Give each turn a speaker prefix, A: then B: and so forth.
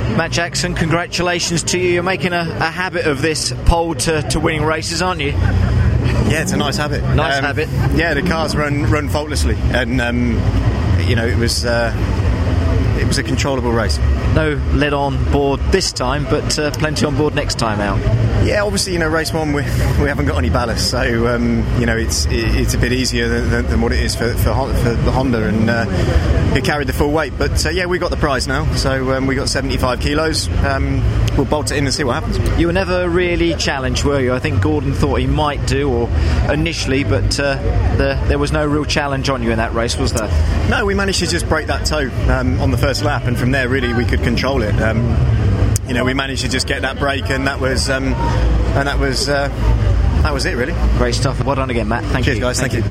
A: Matt Jackson, congratulations to you. You're making a, a habit of this pole to, to winning races, aren't you?
B: Yeah, it's a nice habit. Um,
A: Nice habit.
B: Yeah, the cars run run faultlessly, and um, you know it was uh, it was a controllable race.
A: No lead on board this time, but uh, plenty on board next time out.
B: Yeah, obviously, you know, race one we, we haven't got any ballast, so um, you know it's it, it's a bit easier than, than, than what it is for for, Hon- for the Honda, and uh, it carried the full weight. But uh, yeah, we got the prize now, so um, we got 75 kilos. Um, we'll bolt it in and see what happens.
A: You were never really challenged, were you? I think Gordon thought he might do, or initially, but uh, the, there was no real challenge on you in that race, was there?
B: No, we managed to just break that toe um, on the first lap, and from there, really, we could control it. Um, you know, we managed to just get that break, and that was um, and that was uh, that was it, really.
A: Great stuff. Well done again, Matt. Thank
B: Cheers,
A: you.
B: guys. Thank you.